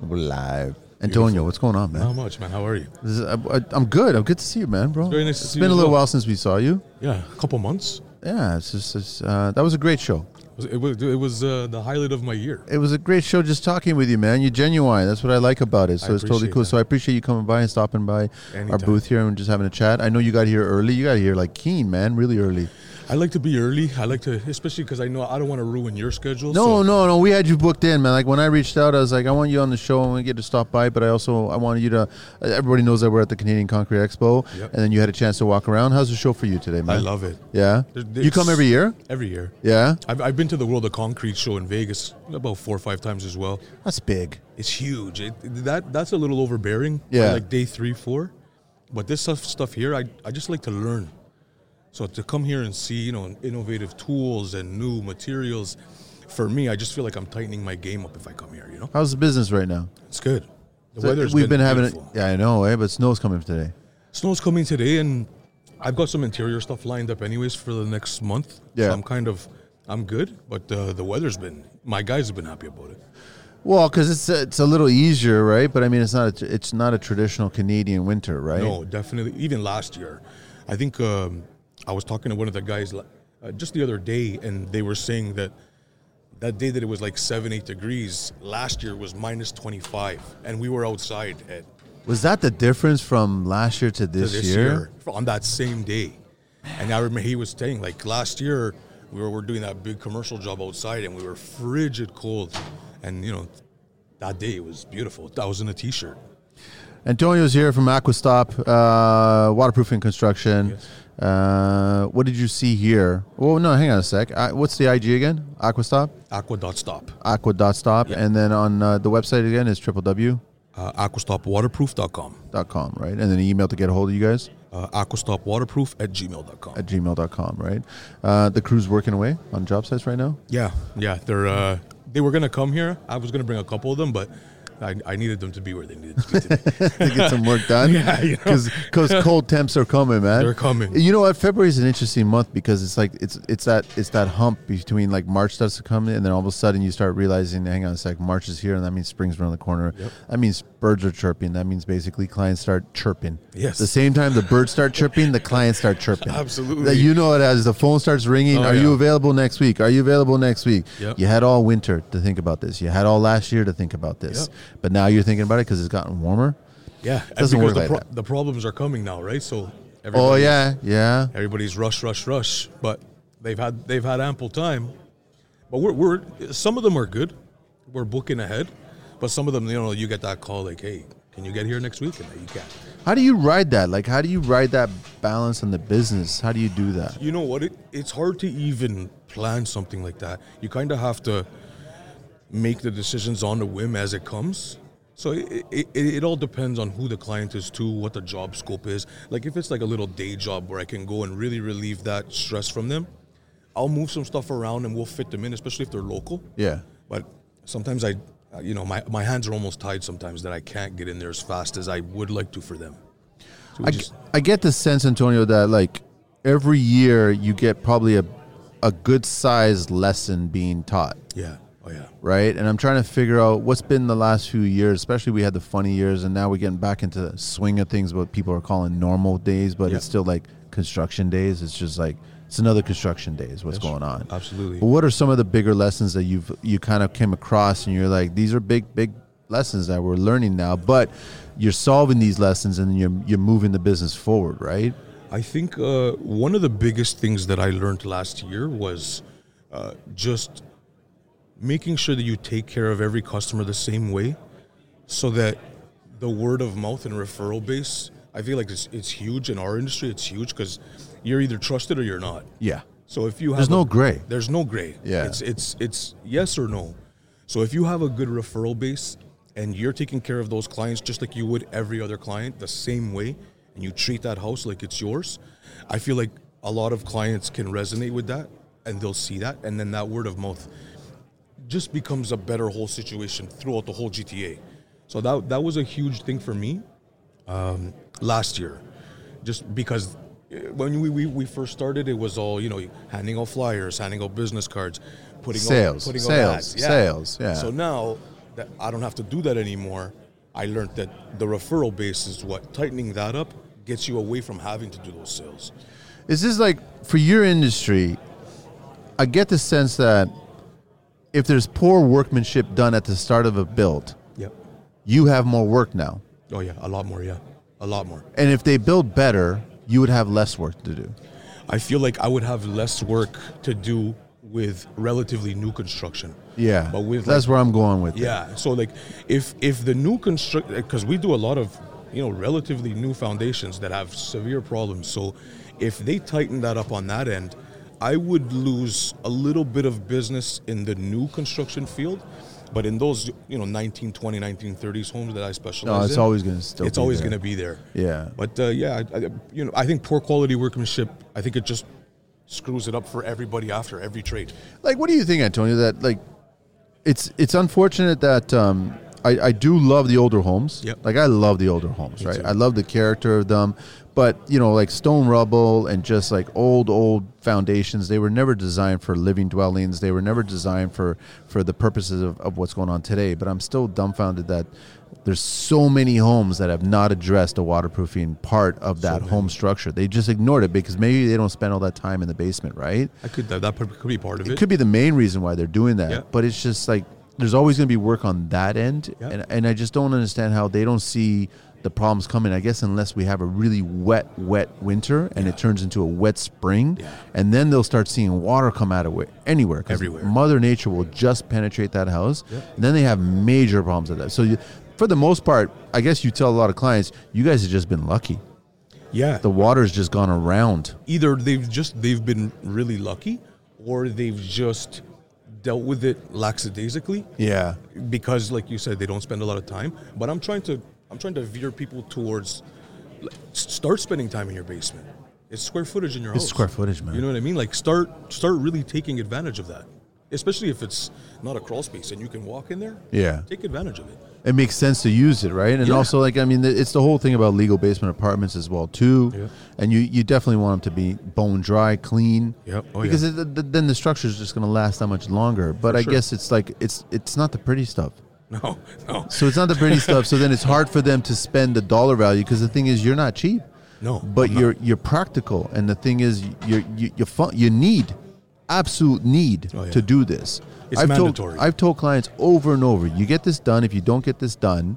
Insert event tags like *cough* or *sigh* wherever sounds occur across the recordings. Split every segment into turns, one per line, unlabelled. We're live.
Antonio, what's going on, man?
Not much, man. How are you?
This is- I, am good. I'm good to see you, man, bro.
Very nice to
It's
see
been a
you as
little
well.
while since we saw you.
Yeah, a couple months.
Yeah, it's just it's, uh, that was a great show.
It was, it was, it was uh, the highlight of my year.
It was a great show just talking with you, man. You're genuine. That's what I like about it. So
I
it's totally
appreciate
cool.
that.
So I appreciate you coming by and stopping by our
Anytime.
booth here and just having a chat. I know you got here early. You got here like keen, man, really early.
I like to be early. I like to, especially because I know I don't want to ruin your schedule.
No,
so
no, no. We had you booked in, man. Like when I reached out, I was like, I want you on the show. I want to get to stop by, but I also I wanted you to. uh, Everybody knows that we're at the Canadian Concrete Expo,
Yep.
and then you had a chance to walk around. How's the show for you today, man?
I love it.
Yeah,
There-
you come
there's-
every year.
Every year.
Yeah,
I've, I've been to the World of Concrete show in Vegas about four or five times as well.
that's big.
It's huge. It, that That's a little overbearing. by,
Yeah.
Like day three, four. But this stuff, stuff here, I, I just like to learn. So to come here and see, you know, innovative tools and new materials, for me, I just feel like I'm tightening my game up if I come here, you know?
How's the business right now?
It's good. The
So
weather's
We've been, having it.
beautiful.
Yeah, I know, eh? But snow's coming today.
Snow's coming today, and I've got some interior stuff lined up anyways for the next month.
Yeah.
so I'm kind of I'm good, but uh, the weather's been my guys have been happy about it.
Well, because it's it's a little easier, right? But I mean, it's not a, it's not a traditional Canadian winter, right?
No, definitely. Even last year, I think um, I was talking to one of the guys la- uh, just the other day, and they were saying that that day that it was like seven, eight degrees last year was minus twenty five, and we were outside at
Was that the difference from last year to this,
to this year? on that same day. And I remember he was saying like last year we were, were doing that big commercial job outside and we were frigid cold, and you know that day was beautiful. I was in a t-shirt.
Antonio's here from Aquastop, uh, waterproofing construction. Uh, what did you see here? Well, no, hang on a sec. Uh, what's the IG again? Aquastop,
Aqua dot stop.
aqua dot stop, and then on uh, the website again is www.com,
Uh, aquastopwaterproof.com.
right? And then an email to get a hold of you guys
Uh, aquastopwaterproof at gmail.com.
at gmail.com, right? Uh, the crew's working away on job sites right now.
Yeah, yeah. They're uh, they were gonna come here. I was gonna bring a couple of them, but I, I needed them to be where they needed to
*laughs*
be. Today.
to get some work done.
*laughs* Yeah, you know.
because
*laughs*
cold temps are coming, man.
They're coming.
You know what? February is an interesting month because it's like it's it's that it's that hump between like March starts to come in, and then all of a sudden you start realizing, hang on a sec, March is here, and that means spring's around the corner. That means birds are chirping. That means basically clients start chirping.
Yes.
The same time the birds start chirping, the clients start chirping.
Absolutely.
That You know it as the phone starts ringing.
Oh,
Are you
yeah.
available next week? Are you available next week?
Yep.
You had all winter to think about this. You had all last year to think about this. But now you're thinking about it because it's gotten warmer.
yeah, and
Doesn't work
the,
like that.
the problems are coming now, right? So
Oh
everybody-
yeah, yeah.
everybody's rush, rush, rush. But they've had they've had ample time. But we're, we're some of them are good. We're booking ahead, but some of them, you know, you get that call like, "Hey, can you get here next week?" And you can't.
How do you ride that? Like, how do you ride that balance in the business? How do you do that?
You know what? It, it's hard to even plan something like that. You kind of have to make the decisions on the whim as it comes. So it, it, it, it all depends on who the client is to, what the job scope is. Like if it's like a little day job where I can go and really relieve that stress from them, I'll move some stuff around and we'll fit them in, especially if they're local.
Yeah,
But sometimes I, uh, you know, my, my hands are almost tied sometimes that I can't get in there as fast as I would like to for them. So we
I, g-
just,
I get the sense, Antonio, that like every year you get probably a a good sized lesson being taught,
yeah. Oh, yeah.
right? And I'm trying to figure out what's been the last few years. Especially we had the funny years, and now we're getting back into the swing of things. What people are calling normal days, but
Yeah.
it's still like construction days. It's just like it's another construction day. Is what's going on?
Absolutely.
But what are some of the bigger lessons that you've you kind of came across and you're like these are big big lessons that we're learning now, but you're solving these lessons and you're you're moving the business forward, right?
I think uh, one of the biggest things that I learned last year was uh, just making sure that you take care of every customer the same way so that the word of mouth and referral base, I feel like it's, it's huge in our industry. It's huge because you're either trusted or you're not.
Yeah.
So if you have
There's no
a-
gray.
there's no gray.
Yeah.
it's it's it's yes or no. So if you have a good referral base and you're taking care of those clients just like you would every other client the same way, and you treat that house like it's yours, I feel like a lot of clients can resonate with that and they'll see that, and then that word of mouth just becomes a better whole situation throughout the whole GTA. So that that was a huge thing for me last year, just because uh, when we, we, we first started, it was all you know, handing out flyers, handing out business cards, putting out-
Sales,
putting out
sales,
ads. Yeah.
sales, yeah.
So now that I don't have to do that anymore. I learned that the referral base is what tightening that up gets you away from having to do those sales.
Is this like for your industry? I get the sense that if there's poor workmanship done at the start of a build,
Yeah.
you have more work now.
Oh yeah, a lot more. Yeah, a lot more.
And if they build better, you would have less work to do.
I feel like I would have less work to do with relatively new construction.
Yeah.
But with
that's where I'm going with it.
Yeah. So like, if if the new construct, because we do a lot of, you know, relatively new foundations that have severe problems. So, if they tighten that up on that end, I would lose a little bit of business in the new construction field, but in those, you know, 1920, 1930s homes that I specialize
No, it's
in,
always going to still.
it's
be
always
there.
going to be there.
Yeah.
But uh, yeah, I, I, you know, I think poor quality workmanship. I think it just screws it up for everybody after every trade.
Like, what do you think, Antonio? That like, it's it's unfortunate that um, I I do love the older homes.
Yep.
Like I love the older homes, right?
too.
I love the character of them, but you know, like stone rubble and just like old old foundations. They were never designed for living dwellings. They were never designed for for the purposes of, of what's going on today. But I'm still dumbfounded that. There's so many homes that have not addressed the waterproofing part of that home structure. They just ignored it because maybe they don't spend all that time in the basement, right?
I could that, that could be part of it.
it could be the main reason why they're doing that.
Yeah.
But it's just like there's always going to be work on that end,
Yeah.
and and I just don't understand how they don't see the problems coming. I guess unless we have a really wet, wet winter and it turns into a wet spring,
Yeah.
and then they'll start seeing water come out of it anywhere. 'cause
Everywhere.
Mother Nature will just penetrate that house, and then they have major problems at that. So. You, for the most part, I guess you tell a lot of clients, you guys have just been lucky.
yeah.
The water's just gone around.
either they've just they've been really lucky or they've just dealt with it lackadaisically
Yeah.
because like you said they don't spend a lot of time but i'm trying to i'm trying to veer people towards l- start spending time in your basement it's square footage in your house
square footage, man.
Oh, you know what i mean like start start really taking advantage of that especially if it's not a crawl space and you can walk in there
Yeah.
take advantage of it *laughs*
it makes sense to use it, right? And
Yeah.
also, like, I mean, th- it's the whole thing about legal basement apartments as well, too.
Yeah.
And you, you definitely want them to be bone dry, clean.
Yep. Oh,
because
yeah.
it, th- th- then the structure is just going to last that much longer. But I
sure.
guess it's like it's it's not the pretty stuff.
no no
So it's not the pretty stuff. So then it's hard for them to spend the dollar value because the thing is you're not cheap.
No,
But
I'm not.
you're you're practical, and the thing is you're, you you fun, you need absolute need
Oh, yeah.
to do this.
It's
I've
mandatory.
Told, I've told clients over and over, you get this done. If you don't get this done,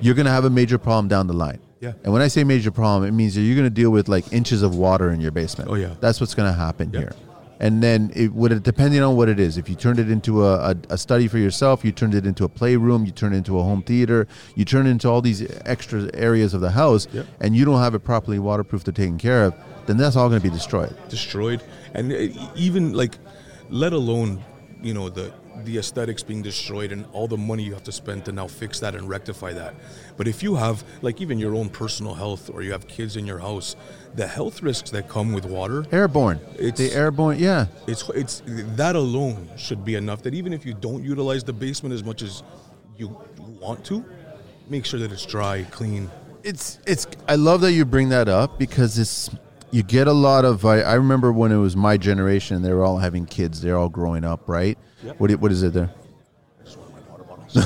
you're gonna have a major problem down the line.
Yeah.
And when I say major problem, it means that you're gonna deal with like inches of water in your basement.
Oh, yeah.
That's what's gonna happen
Yeah.
here. And then, it would it, depending on what it is, if you turned it into a, a, a study for yourself, you turned it into a playroom, you turned it into a home theater, you turn it into all these extra areas of the house,
Yep.
and you don't have it properly waterproofed or taken care of, then that's all going to be destroyed.
destroyed and uh, even like let alone you know the the aesthetics being destroyed and all the money you have to spend to now fix that and rectify that but if you have like even your own personal health or you have kids in your house the health risks that come with water
Airborne.
It's-
the airborne, yeah.
it's it's that alone should be enough that even if you don't utilize the basement as much as you want to make sure that it's dry clean
it's it's i love that you bring that up because it's you get a lot of I, I remember when it was my generation they were all having kids they're all growing up right what, i- what is it there no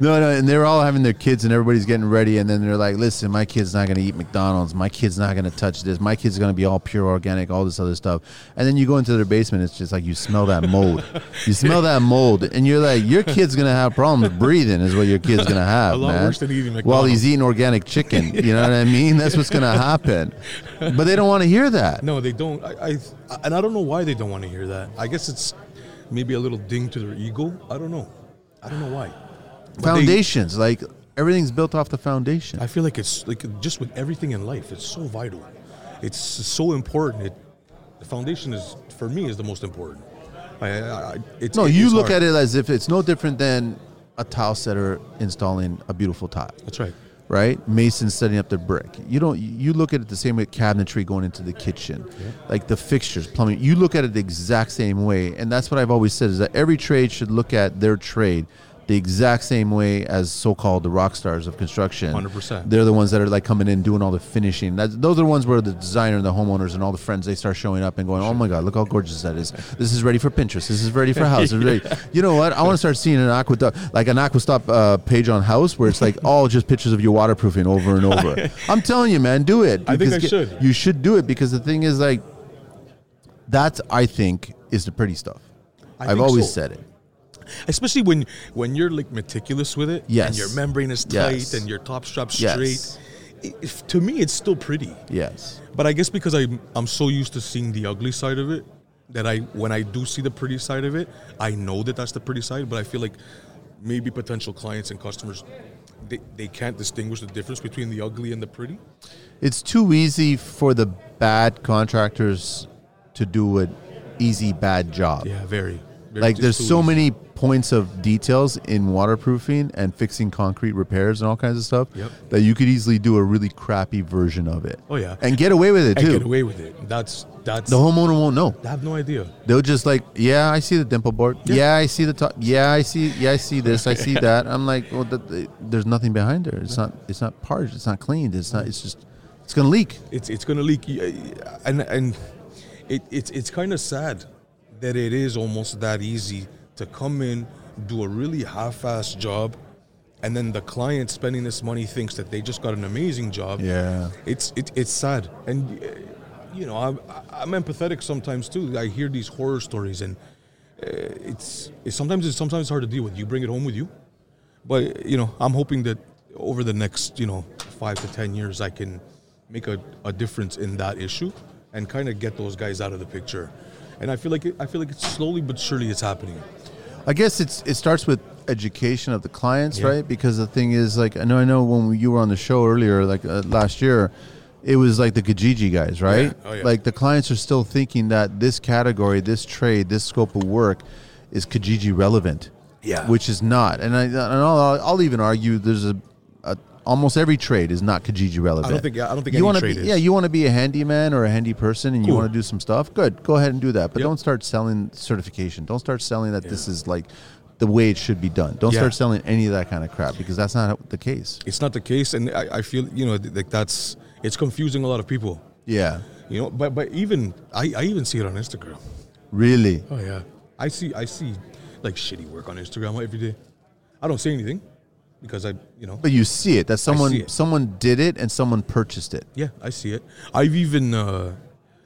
no and they're all having their kids and everybody's getting ready and then they're like listen my kid's not going to eat mcdonald's my kid's not going to touch this my kid's going to be all pure organic all this other stuff and then you go into their basement it's just like you smell that mold you smell that mold and you're like your kid's going to have problems breathing is what your kid's going to have
*laughs* A lot
man,
worse than eating
while
McDonald's.
he's eating organic
*laughs*
chicken. You know what I mean? That's what's going to happen. But they don't want to hear that.
*laughs* No, they don't. I, I and I don't know why they don't want to hear that. I guess it's maybe a little ding to their ego. I don't know. I don't know why. But they-
Foundations, like everything's built off the foundation.
I feel like it's like just with everything in life, it's so vital. It's so important. It, the foundation is for me is the most important. I, I, I- it's,
No, you look at it as if it's no different than a tile setter installing a beautiful tile.
That's right.
right? Masons setting up their brick. You don't. You look at it the same way cabinetry going into the kitchen, like the fixtures, plumbing. You look at it the exact same way, and that's what I've always said is that every trade should look at their trade the exact same way as so-called the rock stars of construction.
100%.
They're the ones that are like coming in doing all the finishing. That's, those are the ones where the designer and the homeowners and all the friends they start showing up and going, "Oh my god, look how gorgeous that is! This is ready for Pinterest. This is ready for house. This is
*laughs*
ready. You know what? I want to start seeing an aqueduct, like an aquastop uh, page on house, where it's like all just pictures of your waterproofing over and
*laughs*
over. I'm telling you, man, do it.
I think
Because
I
get-
should.
You should do it because the thing is like that's I think is the pretty stuff.
I
I've
think
always
so.
said it.
Especially when when you're like meticulous with it,
Yes.
and your membrane is tight,
Yes.
and your top strap
Yes.
straight. i- if- to me, it's still pretty.
Yes.
But I guess because I'm I'm so used to seeing the ugly side of it that I when I do see the pretty side of it, I know that that's the pretty side. But I feel like maybe potential clients and customers they, they can't distinguish the difference between the ugly and the pretty.
It's too easy for the bad contractors to do an easy bad job.
Yeah, very. very
Like there's
just
so
too
many points of details in waterproofing and fixing concrete repairs and all kinds of stuff
Yep.
that you could easily do a really crappy version of it.
Oh, yeah.
And get away with it
easy. I
too.
get away with it. That's that's.
the homeowner won't know.
I have no idea.
They'll just like, yeah, I see the dimple board. Yeah, I see the top. Yeah, I see. Yeah, I see this. I
*laughs*
see that. I'm like, well, that, it- there's nothing behind there. It's not. It's not parged. It's not cleaned. It's not. It's just. It's gonna leak.
It's it's gonna leak, Y- y- and and it, it's it's kind of sad that it is almost that easy to come in, do a really half-assed job, and then the client spending this money thinks that they just got an amazing job.
Yeah.
it's it, it's sad, and uh, you know I'm I'm empathetic sometimes too. I hear these horror stories, and uh, it's, it's sometimes it's sometimes hard to deal with. You bring it home with you, but you know I'm hoping that over the next you know five to ten years I can make a, a difference in that issue and kind of get those guys out of the picture. And I feel like it, I feel like it's slowly but surely it's happening.
I guess it's it starts with education of the clients,
Yeah.
right? Because the thing is, like, I know, I know when you were on the show earlier, like uh, last year, it was like the Kijiji guys, right?
Oh, yeah.
Like the clients are still thinking that this category, this trade, this scope of work, is Kijiji relevant.
Yeah.
which is not, and I and I'll, I'll even argue there's a. a Almost every trade is not Kijiji relevant.
think- I don't think
you
any
wanna
trade
be,
is.
Yeah, you want to be a handyman or a handy person, and you
Cool.
want to do some stuff. Good, go ahead and do that. But
Yep.
don't start selling certification. Don't start selling that this is like the way it should be done. Don't
Yeah.
start selling any of that kind of crap because that's not the case.
It's not the case, and I, I feel you know th- like that's it's confusing a lot of people.
Yeah,
You know, but but even I, I even see it on Instagram.
really.
Oh yeah. I see I see like shitty work on Instagram every day. I don't say anything because I you know
But you see it that someone
see it.
someone did it and someone purchased it.
yeah, I see it. I've even uh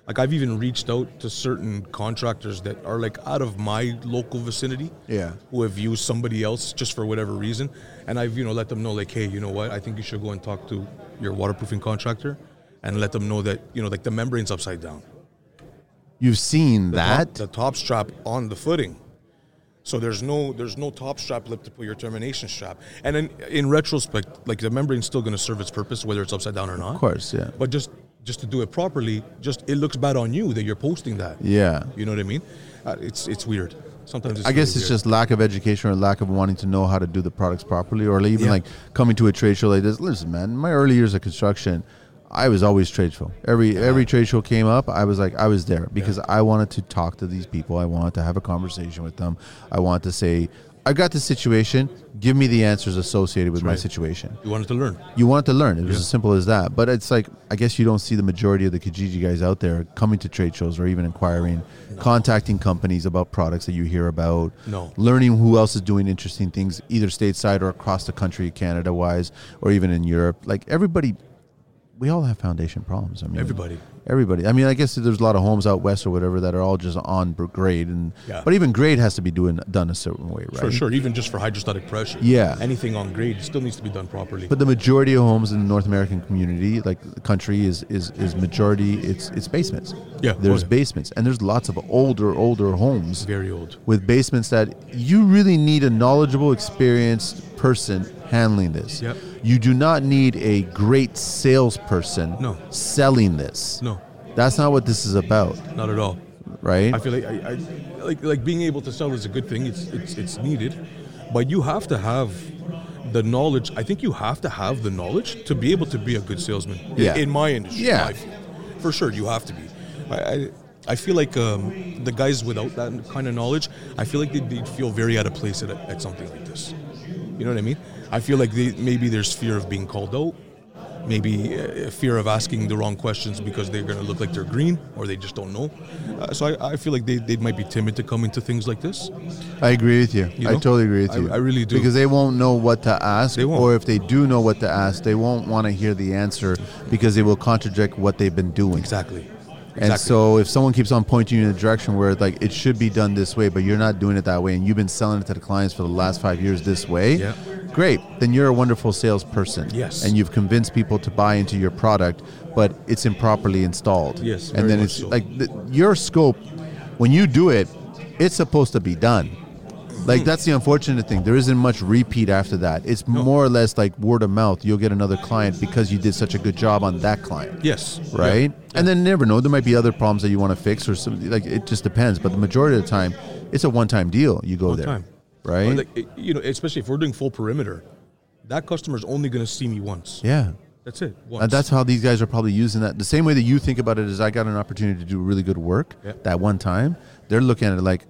like I've even reached out to certain contractors that are like out of my local vicinity.
Yeah.
Who have used somebody else just for whatever reason. And I've, you know, let them know like, hey, you know what, I think you should go and talk to your waterproofing contractor and let them know that, you know, like the membrane's upside down.
You've seen that.
top- the top strap on the footing. So there's no there's no top strap lip to put your termination strap. And in, in retrospect, like the membrane's still going to serve its purpose whether it's upside down or not.
of course, yeah.
But just just to do it properly, just it looks bad on you that you're posting that.
Yeah.
You know what I mean? Uh, it's it's weird. Sometimes it's
I guess
really
it's
weird.
just lack of education or lack of wanting to know how to do the products properly, or even
Yeah.
like coming to a trade show like this. Listen, man, my early years of construction, I was always trade show. Every every trade show came up, I was like, I was there because I wanted to talk to these people. I wanted to have a conversation with them. I wanted to say, I got this situation. Give me the answers associated with my
right.
situation.
you wanted to learn.
You wanted to learn. It was as simple as that. But it's like I guess you don't see the majority of the Kijiji guys out there coming to trade shows or even inquiring, contacting companies about products that you hear about.
No.
Learning who else is doing interesting things either stateside or across the country, Canada wise, or even in Europe. Like everybody we all have foundation problems. I mean
Everybody.
Everybody. I mean, I guess there's a lot of homes out west or whatever that are all just on grade, and
Yeah.
but even grade has to be doing done a certain way, right?
For sure, even just for hydrostatic pressure.
Yeah.
Anything on grade still needs to be done properly.
But the majority of homes in the North American community, like the country, is is is majority. It's it's basements.
Yeah.
there's
Oh, yeah.
basements, and there's lots of older older homes
very old.
with basements that you really need a knowledgeable, experienced person handling this.
Yep.
You do not need a great salesperson
No.
selling this.
No.
That's not what this is about,
Not at all.
right?
I feel like I, I like like being able to sell is a good thing. It's it's it's needed, but you have to have the knowledge. I think you have to have the knowledge to be able to be a good salesman. i-
Yeah.
In my industry.
Yeah.
my field. For sure, you have to be. I. I I feel like um, the guys without that kind of knowledge, I feel like they'd, they'd feel very out of place at, a- at something like this. You know what I mean? I feel like they, maybe there's fear of being called out, maybe uh, fear of asking the wrong questions because they're going to look like they're green or they just don't know. Uh, so I, I feel like they, they might be timid to come into things like this.
I agree with you.
You
I
know?
totally agree with
I-
you.
I really do.
Because they won't know what to ask,
They won't.
or if they do know what to ask, they won't want to hear the answer because they will contradict what they've been doing.
Exactly.
And so if someone keeps on pointing you in a direction where like it should be done this way, but you're not doing it that way, and you've been selling it to the clients for the last five years this way,
Yeah.
great. Then you're a wonderful salesperson.
Yes.
And you've convinced people to buy into your product, but it's improperly installed.
Yes,
And
very
then
much
it's
so.
like the, your scope when you do it, it's supposed to be done.
Hmm.
Like that's the unfortunate thing. There isn't much repeat after that. It's more or less like word of mouth. You'll get another client because you did such a good job on that client
yes.
right? And then you never know, there might be other problems that you want to fix or something. Like it just depends. But the majority of the time, it's a one-time deal. You go there,
time.
right?
But like, it- you know, especially if we're doing full perimeter, that customer's only going to see me once.
yeah.
That's it. Once.
And that's how these guys are probably using that. The same way that you think about it is, I got an opportunity to do really good work
Yeah.
that one time. They're looking at it like,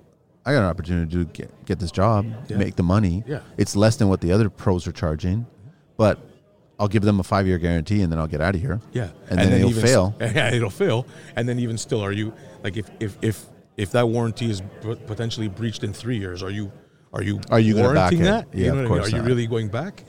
I got an opportunity to get, get this job,
Yeah.
make the money.
Yeah.
It's less than what the other pros are charging, but I'll give them a five-year guarantee and then I'll get out of here.
Yeah,
And, then, it'll
even s-
fail.
*laughs* yeah, it'll fail. And then even still, are you like if if if if that warranty is p- potentially breached in three years, are you are you
Are you gonna back
warranting
it?
that?
Yeah,
you
of
know what I mean?
course
Are you
not.
really going back?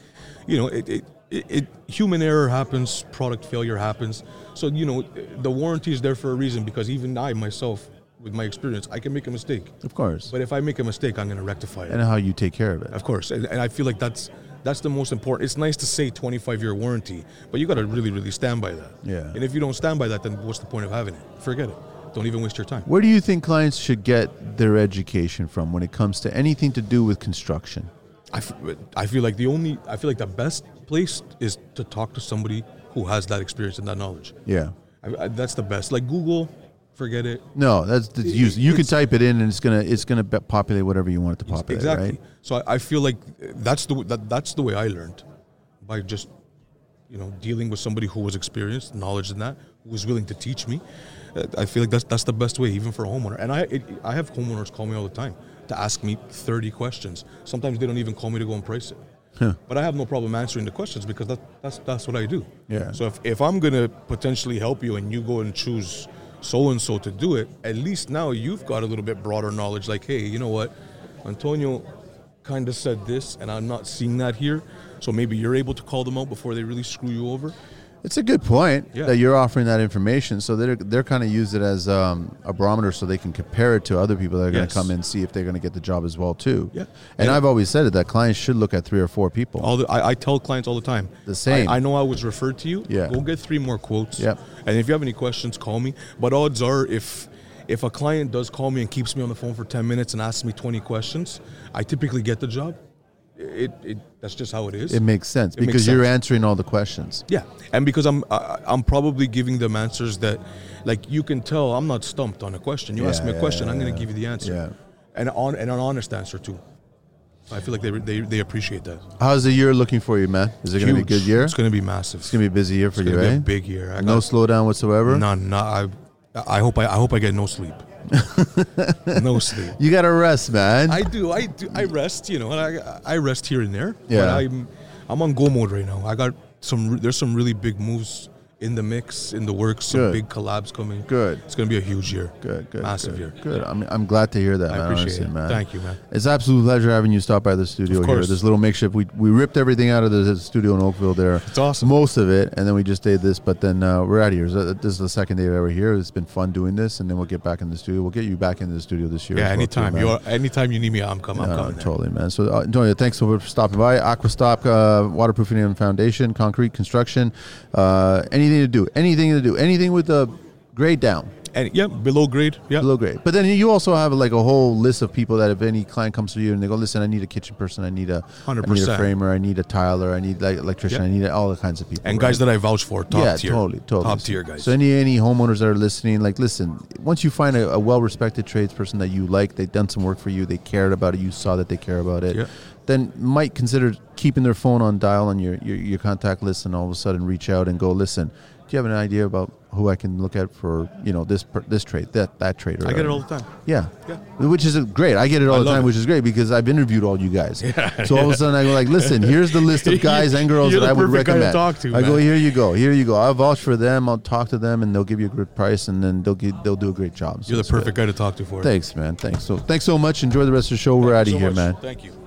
You know, it, it it it human error happens, product failure happens. So you know, the warranty is there for a reason because even I myself, with my experience, I can make a mistake.
Of course.
But if I make a mistake, I'm going to rectify it.
and how you take care of it.
Of course, and, and I feel like that's that's the most important. It's nice to say 25 year warranty, but you got to really, really stand by that.
Yeah.
And if you don't stand by that, then what's the point of having it? Forget it. Don't even waste your time.
Where do you think clients should get their education from when it comes to anything to do with construction?
I, f- I feel like the only I feel like the best place is to talk to somebody who has that experience and that knowledge.
Yeah.
I, I, that's the best. Like Google, forget it.
No, that's the use. You can
It's-
type it in, and it's gonna it's gonna be- populate whatever you want it to
Ex-
populate.
exactly.
Right?
So I, I feel like that's the that, that's the way I learned by just you know dealing with somebody who was experienced, knowledge in that, who was willing to teach me. Uh, I feel like that's that's the best way, even for a homeowner. And I it, I have homeowners call me all the time to ask me thirty questions. Sometimes they don't even call me to go and price it. But I have no problem answering the questions because that, that's that's what I do.
Yeah.
So if, if I'm gonna potentially help you and you go and choose so and so to do it, at least now you've got a little bit broader knowledge. Like, hey, you know what, Antonio kind of said this, and I'm not seeing that here. So maybe you're able to call them out before they really screw you over.
It's a good point
Yeah.
that you're offering that information, so they're they're kind of use it as um, a barometer, so they can compare it to other people that are going to
Yes.
come in and see if they're going to get the job as well too.
Yeah.
And
And-
I've always said it that clients should look at three or four people.
All the, I, I tell clients all the time.
The same.
I, I know I was referred to you.
Yeah.
Go get three more quotes.
Yep.
And if you have any questions, call me. But odds are, if if a client does call me and keeps me on the phone for ten minutes and asks me twenty questions, I typically get the job. It, it that's just how it is.
it makes sense
It makes
because you're
sense.
answering all the questions.
yeah. And because I'm I, I'm probably giving them answers that, like you can tell, I'm not stumped on a question. You
Yeah,
ask me a
yeah,
question,
yeah,
I'm going
yeah.
to give you the answer.
Yeah.
And on and an honest answer too. I feel like they they, they appreciate that.
How's the year looking for you, man? Is it going to be a
Huge.
good year?
It's going to be massive.
It's gonna be a busy year for
It's
you, eh?
gonna
right?
be a big year. I
no
got-
slowdown whatsoever.
None. No, I, I hope I, I hope I get no
*laughs*
sleep. no sleep.
You got to rest, man.
I do. I do. I rest. You know, and I I rest here and there. But
Yeah.
I'm I'm on go mode right now. I got some. re- There's some really big moves in the mix, in the works. Some
Good.
big collabs coming.
Good.
It's gonna be a huge year.
good, good,
Massive
good,
year.
Good. I'm, I'm glad to hear that,
I
man.
appreciate
honestly,
it.
man.
Thank you, man.
It's an absolute pleasure having you stop by the studio
Of
here.
course.
This little makeshift, we we ripped everything out of the studio in Oakville there.
It's awesome.
Most of it, and then we just did this. But then uh, we're out of here. So This is the second day that we're here. It's been fun doing this, and then we'll get back in the studio. We'll get you back into the studio this year.
Yeah.
as well, too,
Anytime
man.
you are. Anytime you need me, I'm coming. I'm
No,
coming. there.
totally, man. So, uh, Antonio, thanks so much for stopping by. Aquastop, uh, waterproofing and foundation, concrete construction, uh, anything to do, anything to do, anything with the grade down,
And yeah, below grade. Yeah.
below grade. But then you also have like a whole list of people that if any client comes to you and they go, listen, I need a kitchen person, I need a, I need a
100%.
framer, I need a tiler, I need like electrician,
Yeah.
I need all the kinds of people.
and
right?
guys that I vouch for, top
yeah,
tier.
totally, totally.
Top
So-
tier guys.
So any any homeowners that are listening, like, listen, once you find a, a well-respected tradesperson that you like, they've done some work for you, they cared about it, you saw that they care about it,
Yeah.
then might consider keeping their phone on dial on your, your your contact list, and all of a sudden reach out and go, listen, do you have an idea about who I can look at for you know this per, this trade that that trade. or
I get
whatever.
it all the time.
Yeah.
Yeah.
Which is a- great. I get it all
I
the
love
time,
it.
which is great because I've interviewed all you guys. so all of a sudden I go like, listen, here's the list
*laughs*
of guys and girls
You're
that
the
I would
perfect guy to
recommend.
talk to,
I go,
man.
here you go, here you go. I'll vouch for them. I'll talk to them, and they'll give you a great price, and then they'll get, they'll do a great job. So
You're the
it's good.
perfect guy to talk to for it.
Thanks, man. Thanks so thanks so much. Enjoy the rest of the show. We're out of
so
here,
much.
man.
Thank you.